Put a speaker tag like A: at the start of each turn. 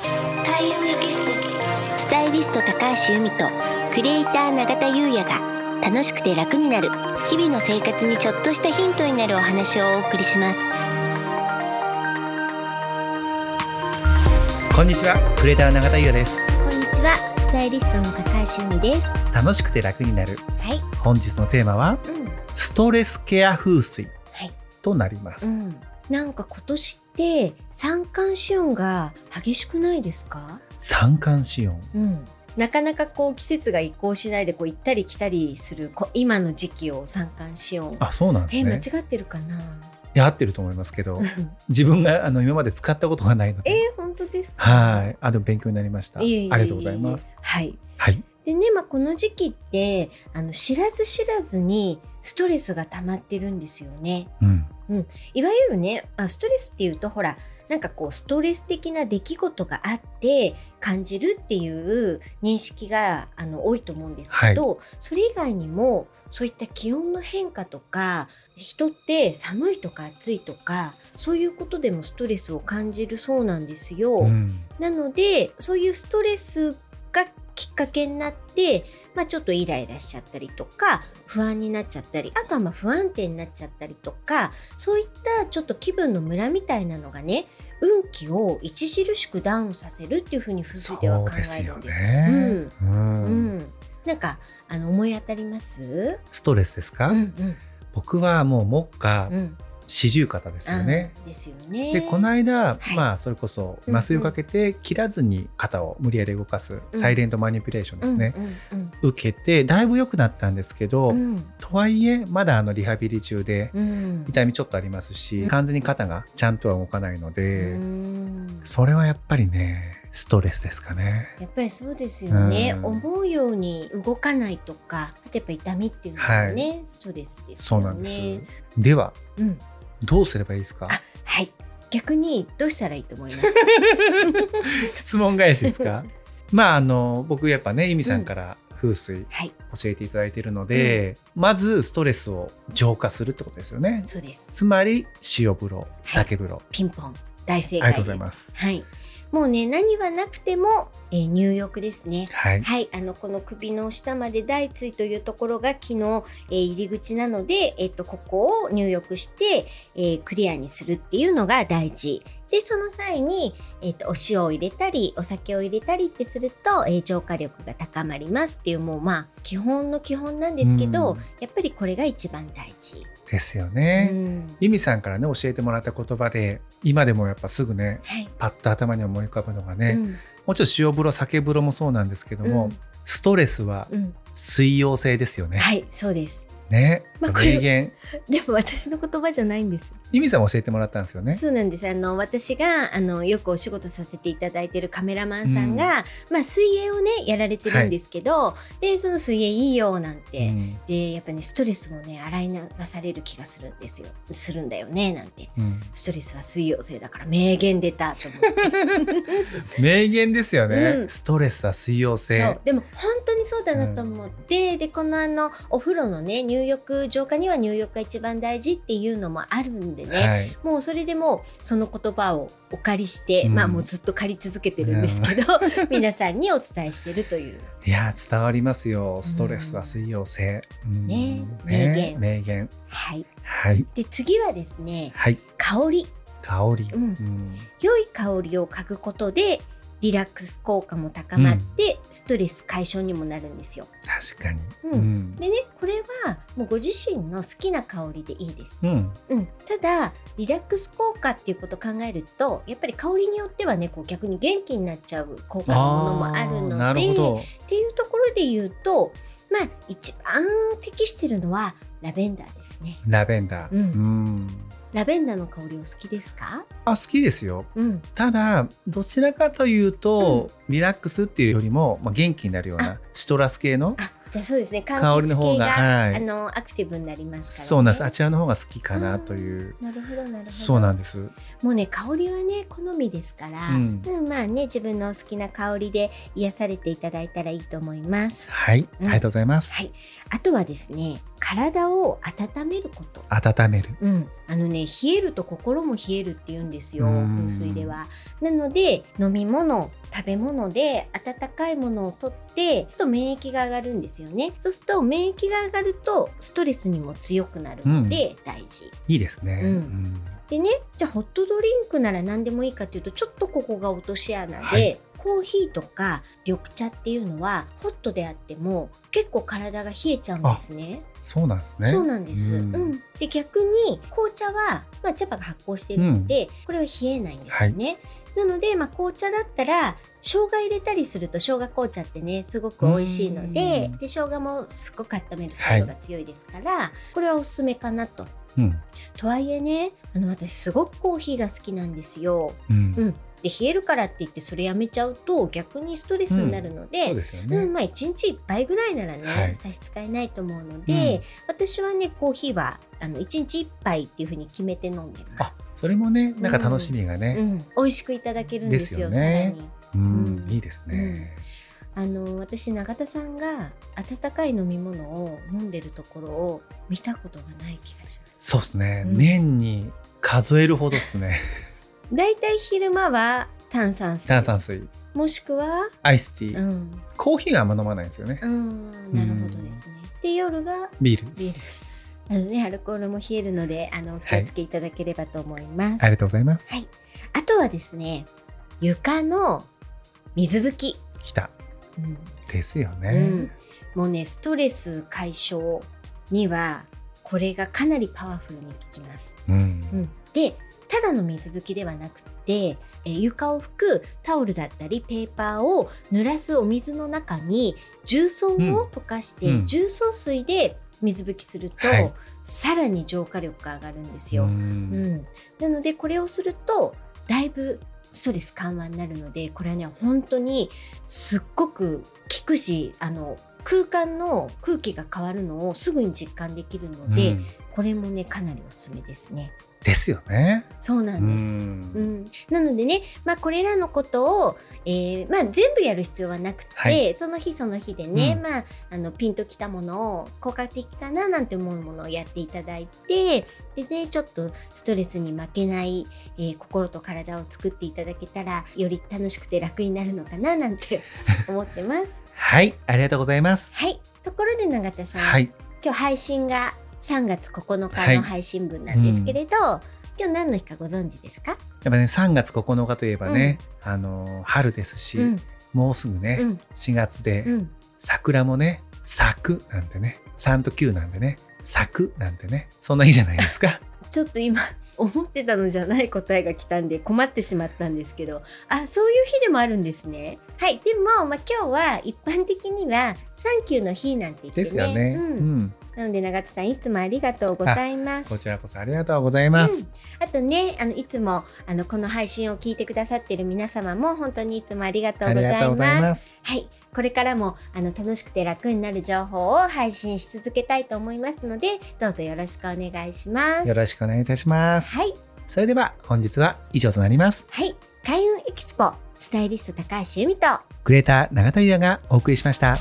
A: 田優也ギススタイリスト高橋由美とクリエイター永田優也が楽しくて楽になる日々の生活にちょっとしたヒントになるお話をお送りします
B: こんにちは、クレーター永田優也です。
A: こんにちはスタイリストの高橋由美ですは
B: 楽しくて楽になる。
A: い
B: 本日のテーマは、
A: うん
B: ストレスケア風水
A: はい
B: となります。
A: うんなんか今年って三寒四温が激しくないですか
B: 三寒四温。
A: うんなかなかこう季節が移行しないでこう行ったり来たりするこ今の時期を三寒四温
B: あ、そうなんで
A: え
B: す
A: 間
B: ね。
A: 違ってるかな
B: いや、合ってると思いますけど、自分があの今まで使ったことがないの
A: え
B: で。
A: ー本当ですか
B: はい。あ、でも勉強になりました。
A: いえいえいえ
B: ありがとうございます。。
A: はい。
B: はい。
A: でね、まあ、この時期ってあの知らず知らずにストレスが溜まってるんですよね。
B: うん。
A: いわゆるねあストレスっていうとほらなんかこうストレス的な出来事があって感じるっていう認識があの多いと思うんですけど、それ以外にもそういった気温の変化とか人って寒いとか暑いとかそういうことでもストレスを感じるそうなんですよ。
B: うん。
A: なのでそういうストレスがきっかけになって、まあ、ちょっとイライラしちゃったりとか不安になっちゃったりあとはまあ不安定になっちゃったりとかそういったちょっと気分のムラみたいなのがね運気を著しくダウンさせるっていうふうに風
B: そ
A: 水では考
B: うです
A: える
B: よ
A: んです。
B: ね。うん
A: う。ん、なんかあの思い当たります、
B: ストレスですか、
A: うん
B: 僕はもう目下
A: うんうん、
B: 四十肩ですよね。
A: あですよね。
B: でこの間、
A: はい
B: まあそれこそ麻酔をかけて切らずに肩を無理やり動かす
A: うん
B: サイレントマニピュレーションですね、
A: うんうん
B: 受けてだいぶ良くなったんですけど、
A: うんうん
B: とはいえまだあのリハビリ中で
A: うん
B: 痛みちょっとありますし、
A: うん
B: 完全に肩がちゃんとは動かないので、
A: うん
B: それはやっぱりねストレスですかね。
A: やっぱりそうですよね、
B: うん
A: 思うように動かないとかあとやっぱ痛みっていうのはね、ストレスですよ
B: そう
A: ね
B: なんです、では
A: うん
B: どうすればいいですか
A: あはい逆にどうしたらいいと思い ますか
B: 質問返しですか まああの僕やっぱねゆみさんから風水、
A: はい
B: 教えていただいているので、まずストレスを浄化するってことですよね。
A: そうです
B: つまり塩風呂、酒風呂、
A: ピンポン大正解
B: あり
A: です
B: がとうございます。
A: はいもうね何はなくても、えー入浴ですね
B: はい、
A: はい、あのこの首の下まで大椎というところが木の、えー入り口なので、えっとここを入浴して、えークリアにするっていうのが大事。でその際に、えっとお塩を入れたりお酒を入れたりってすると、えー浄化力が高まりますっていうもうまあ基本の基本なんですけど、
B: うん
A: やっぱりこれが一番大事。
B: ですよ
A: う
B: ね。
A: ん
B: ゆみさんからね教えてもらった言葉で今でもやっぱすぐね
A: はい
B: パッと頭に思い浮かぶのがね、
A: うん
B: もちろん塩風呂酒風呂もそうなんですけども、
A: うん
B: ストレスは
A: うん
B: 水溶性ですよね。
A: はいそうです。
B: ね、
A: まあこれ
B: 名言
A: でも私の言葉じゃないんです。
B: ゆみさん教えてもらったんですよね。
A: そうなんですあの私があのよくお仕事させていただいてるカメラマンさんが、まあ、水泳をねやられてるんですけど、でその水泳いいよなんて、
B: うん
A: でやっぱねストレスもね洗い流される気がするんですよするんだよねなんて
B: うん
A: ストレスは水溶性だから名言出たと思って
B: 名言ですよね、
A: うん
B: ストレスは水溶
A: そ
B: 性
A: うでも本当にそうだなと思って、でこのあのお風呂のね入浴浄化には入浴が一番大事っていうのもあるんでね、
B: はい、
A: もうそれでもうその言葉をお借りして、
B: うん
A: まあもうずっと借り続けてるんですけど、 皆さんにお伝えしてるという。
B: いやー伝わりますよストレスは水溶性、うん
A: ね名言
B: 名言
A: はい。
B: はい
A: で、次はですね、
B: はい
A: 香り。
B: 香り、
A: うん
B: ん
A: 良い香りを嗅ぐことで、リラックス効果も高まって、ストレス解消にもなるんですよ。
B: 確かに
A: うん
B: ん
A: でね、これはもうご自身の好きな香りでいいです。
B: うん
A: うん。ただ、リラックス効果っていうことを考えると、やっぱり香りによってはね、こう逆に元気になっちゃう効果のものもあるので、
B: ーなるほど
A: っていうところで言うと、まあ、一番適してるのはラベンダーですね。
B: ラベンダー、
A: うん
B: ん
A: ラベンダーの香りお好きですか？
B: あ好きですよ
A: うん。
B: ただどちらかというと、リラックスっていうよりも、まあ、元気になるようなシトラス系の
A: あ、じゃあそうですね。柑
B: 香り
A: 橘
B: の方
A: 系
B: が
A: が、
B: は
A: あ
B: い
A: のアクティブになりますから、ね。
B: そうなんですあちらの方が好きかなという
A: なるほどなるほど。
B: そうなんです
A: もうね香りはね好みですから、
B: うん
A: うんまあね自分のお好きな香りで癒されていただいたらいいと思います。
B: はい、
A: うん
B: ありがとうございます
A: はい。あとはですね体を温めること。
B: 温める
A: うん、あのね冷えると心も冷えるって言うんですよ
B: うん
A: 噴水では。なので飲み物食べ物で温かいものをとってちょっと免疫が上がるんですよね。そうすると免疫が上がるとストレスにも強くなるので大事。
B: いいですね、
A: うん
B: うん
A: でねじゃあホットドリンクなら何でもいいかっていうとちょっとここが落とし穴で、
B: はい
A: コーヒーとか緑茶っていうのはホットであっても結構体が冷えちゃうんですね。
B: そうなんですね
A: そうなんです、う
B: うん
A: んで逆に紅茶は、まあ、茶葉が発酵してるので、これは冷えないんですよね。なので、まあ、紅茶だったら生姜入れたりすると生姜紅茶ってねすごく美味しいので
B: うん
A: で生姜もすごく温める作用が強いですから、これはおすすめかなと。
B: うん
A: とはいえねあの私すごくコーヒーが好きなんですよ。
B: うん
A: うん、で冷えるからって言ってそれやめちゃうと逆にストレスになるので。
B: そう
A: うん
B: ですよね、
A: まあ、1日1杯ぐらいならね、
B: はい
A: 差し支えないと思うので、私はねコーヒーはあの1日1杯っていうふうに決めて飲んで
B: あ
A: ます、
B: それもねなんか楽しみが
A: う
B: ね、
A: ん、美味しくいただけるんですよ
B: ですよね
A: さらに
B: うん
A: うん
B: いいですね、
A: あの私永田さんが温かい飲み物を飲んでるところを見たことがない気がします
B: そうですね、
A: うん
B: 年に数えるほどですね
A: だいたい昼間は炭酸水
B: 炭酸水
A: もしくは
B: アイスティー、
A: うん、
B: コーヒーはあんま飲まないんですよね、
A: うん、なるほどですね。で夜が
B: ビール
A: ビール。あのねアルコールも冷えるのであのお気をつけいただければと思います。
B: ありがとうございます
A: はい。あとはですね床の水拭き、
B: 来た
A: うん
B: ですよね、
A: うんもうねストレス解消にはこれがかなりパワフルに効きます。
B: うん
A: うん、でただの水拭きではなくてえー床を拭くタオルだったりペーパーを濡らすお水の中に重曹を溶かして、
B: うん
A: 重曹水で水拭きすると、
B: はい
A: さらに浄化力が上がるんです
B: う
A: よ。
B: ん
A: うんなのでこれをするとだいぶストレス緩和になるのでこれはね本当にすっごく効くしあの空間の空気が変わるのをすぐに実感できるので、
B: うん
A: これもねかなりおすすめですね。
B: ですよね
A: そうなんです。
B: うん
A: うん、なのでね、まあ、これらのことを、えーまあ、全部やる必要はなくて、
B: はい
A: その日その日でね、
B: うん
A: まあ、あのピンときたものを効果的かななんて思うものをやっていただいてで、ね、ちょっとストレスに負けない、えー心と体を作っていただけたらより楽しくて楽になるのかななん て思ってます。
B: はいありがとうございます
A: はい、ところで永田さん、
B: はい
A: 今日配信が3月9日の配信分なんですけれど、今日何の日かご存知ですか、
B: やっぱね3月9日といえばね、あのー春ですし、
A: うん
B: もうすぐね、
A: うん
B: 4月で、
A: うん
B: 桜もね咲くなんてね3と9なんでね咲くなんてねそんないいじゃないです か
A: ちょっと今思ってたのじゃない答えが来たんで困ってしまったんですけどあそういう日でもあるんですねはいでも、まあ、今日は一般的には「サンキューの日」なんて言って
B: で
A: ね
B: すよね、
A: うん
B: うん
A: なので永田さんいつもありがとうございます
B: こちらこそありがとうございます、
A: うんあとねあのいつもあのこの配信を聞いてくださってる皆様も本当にいつもありがとう
B: あ
A: ご
B: り
A: ざ
B: がと
A: いう
B: ござい
A: ます
B: ます
A: はい、これからもあの楽しくて楽になる情報を配信し続けたいと思いますのでどうぞよろしくお願いします
B: よろしくお願いいたします
A: はい
B: それでは本日は以上となります
A: はい、開運エキスポスタイリスト高橋由美と
B: クレーター永田優也がお送りしました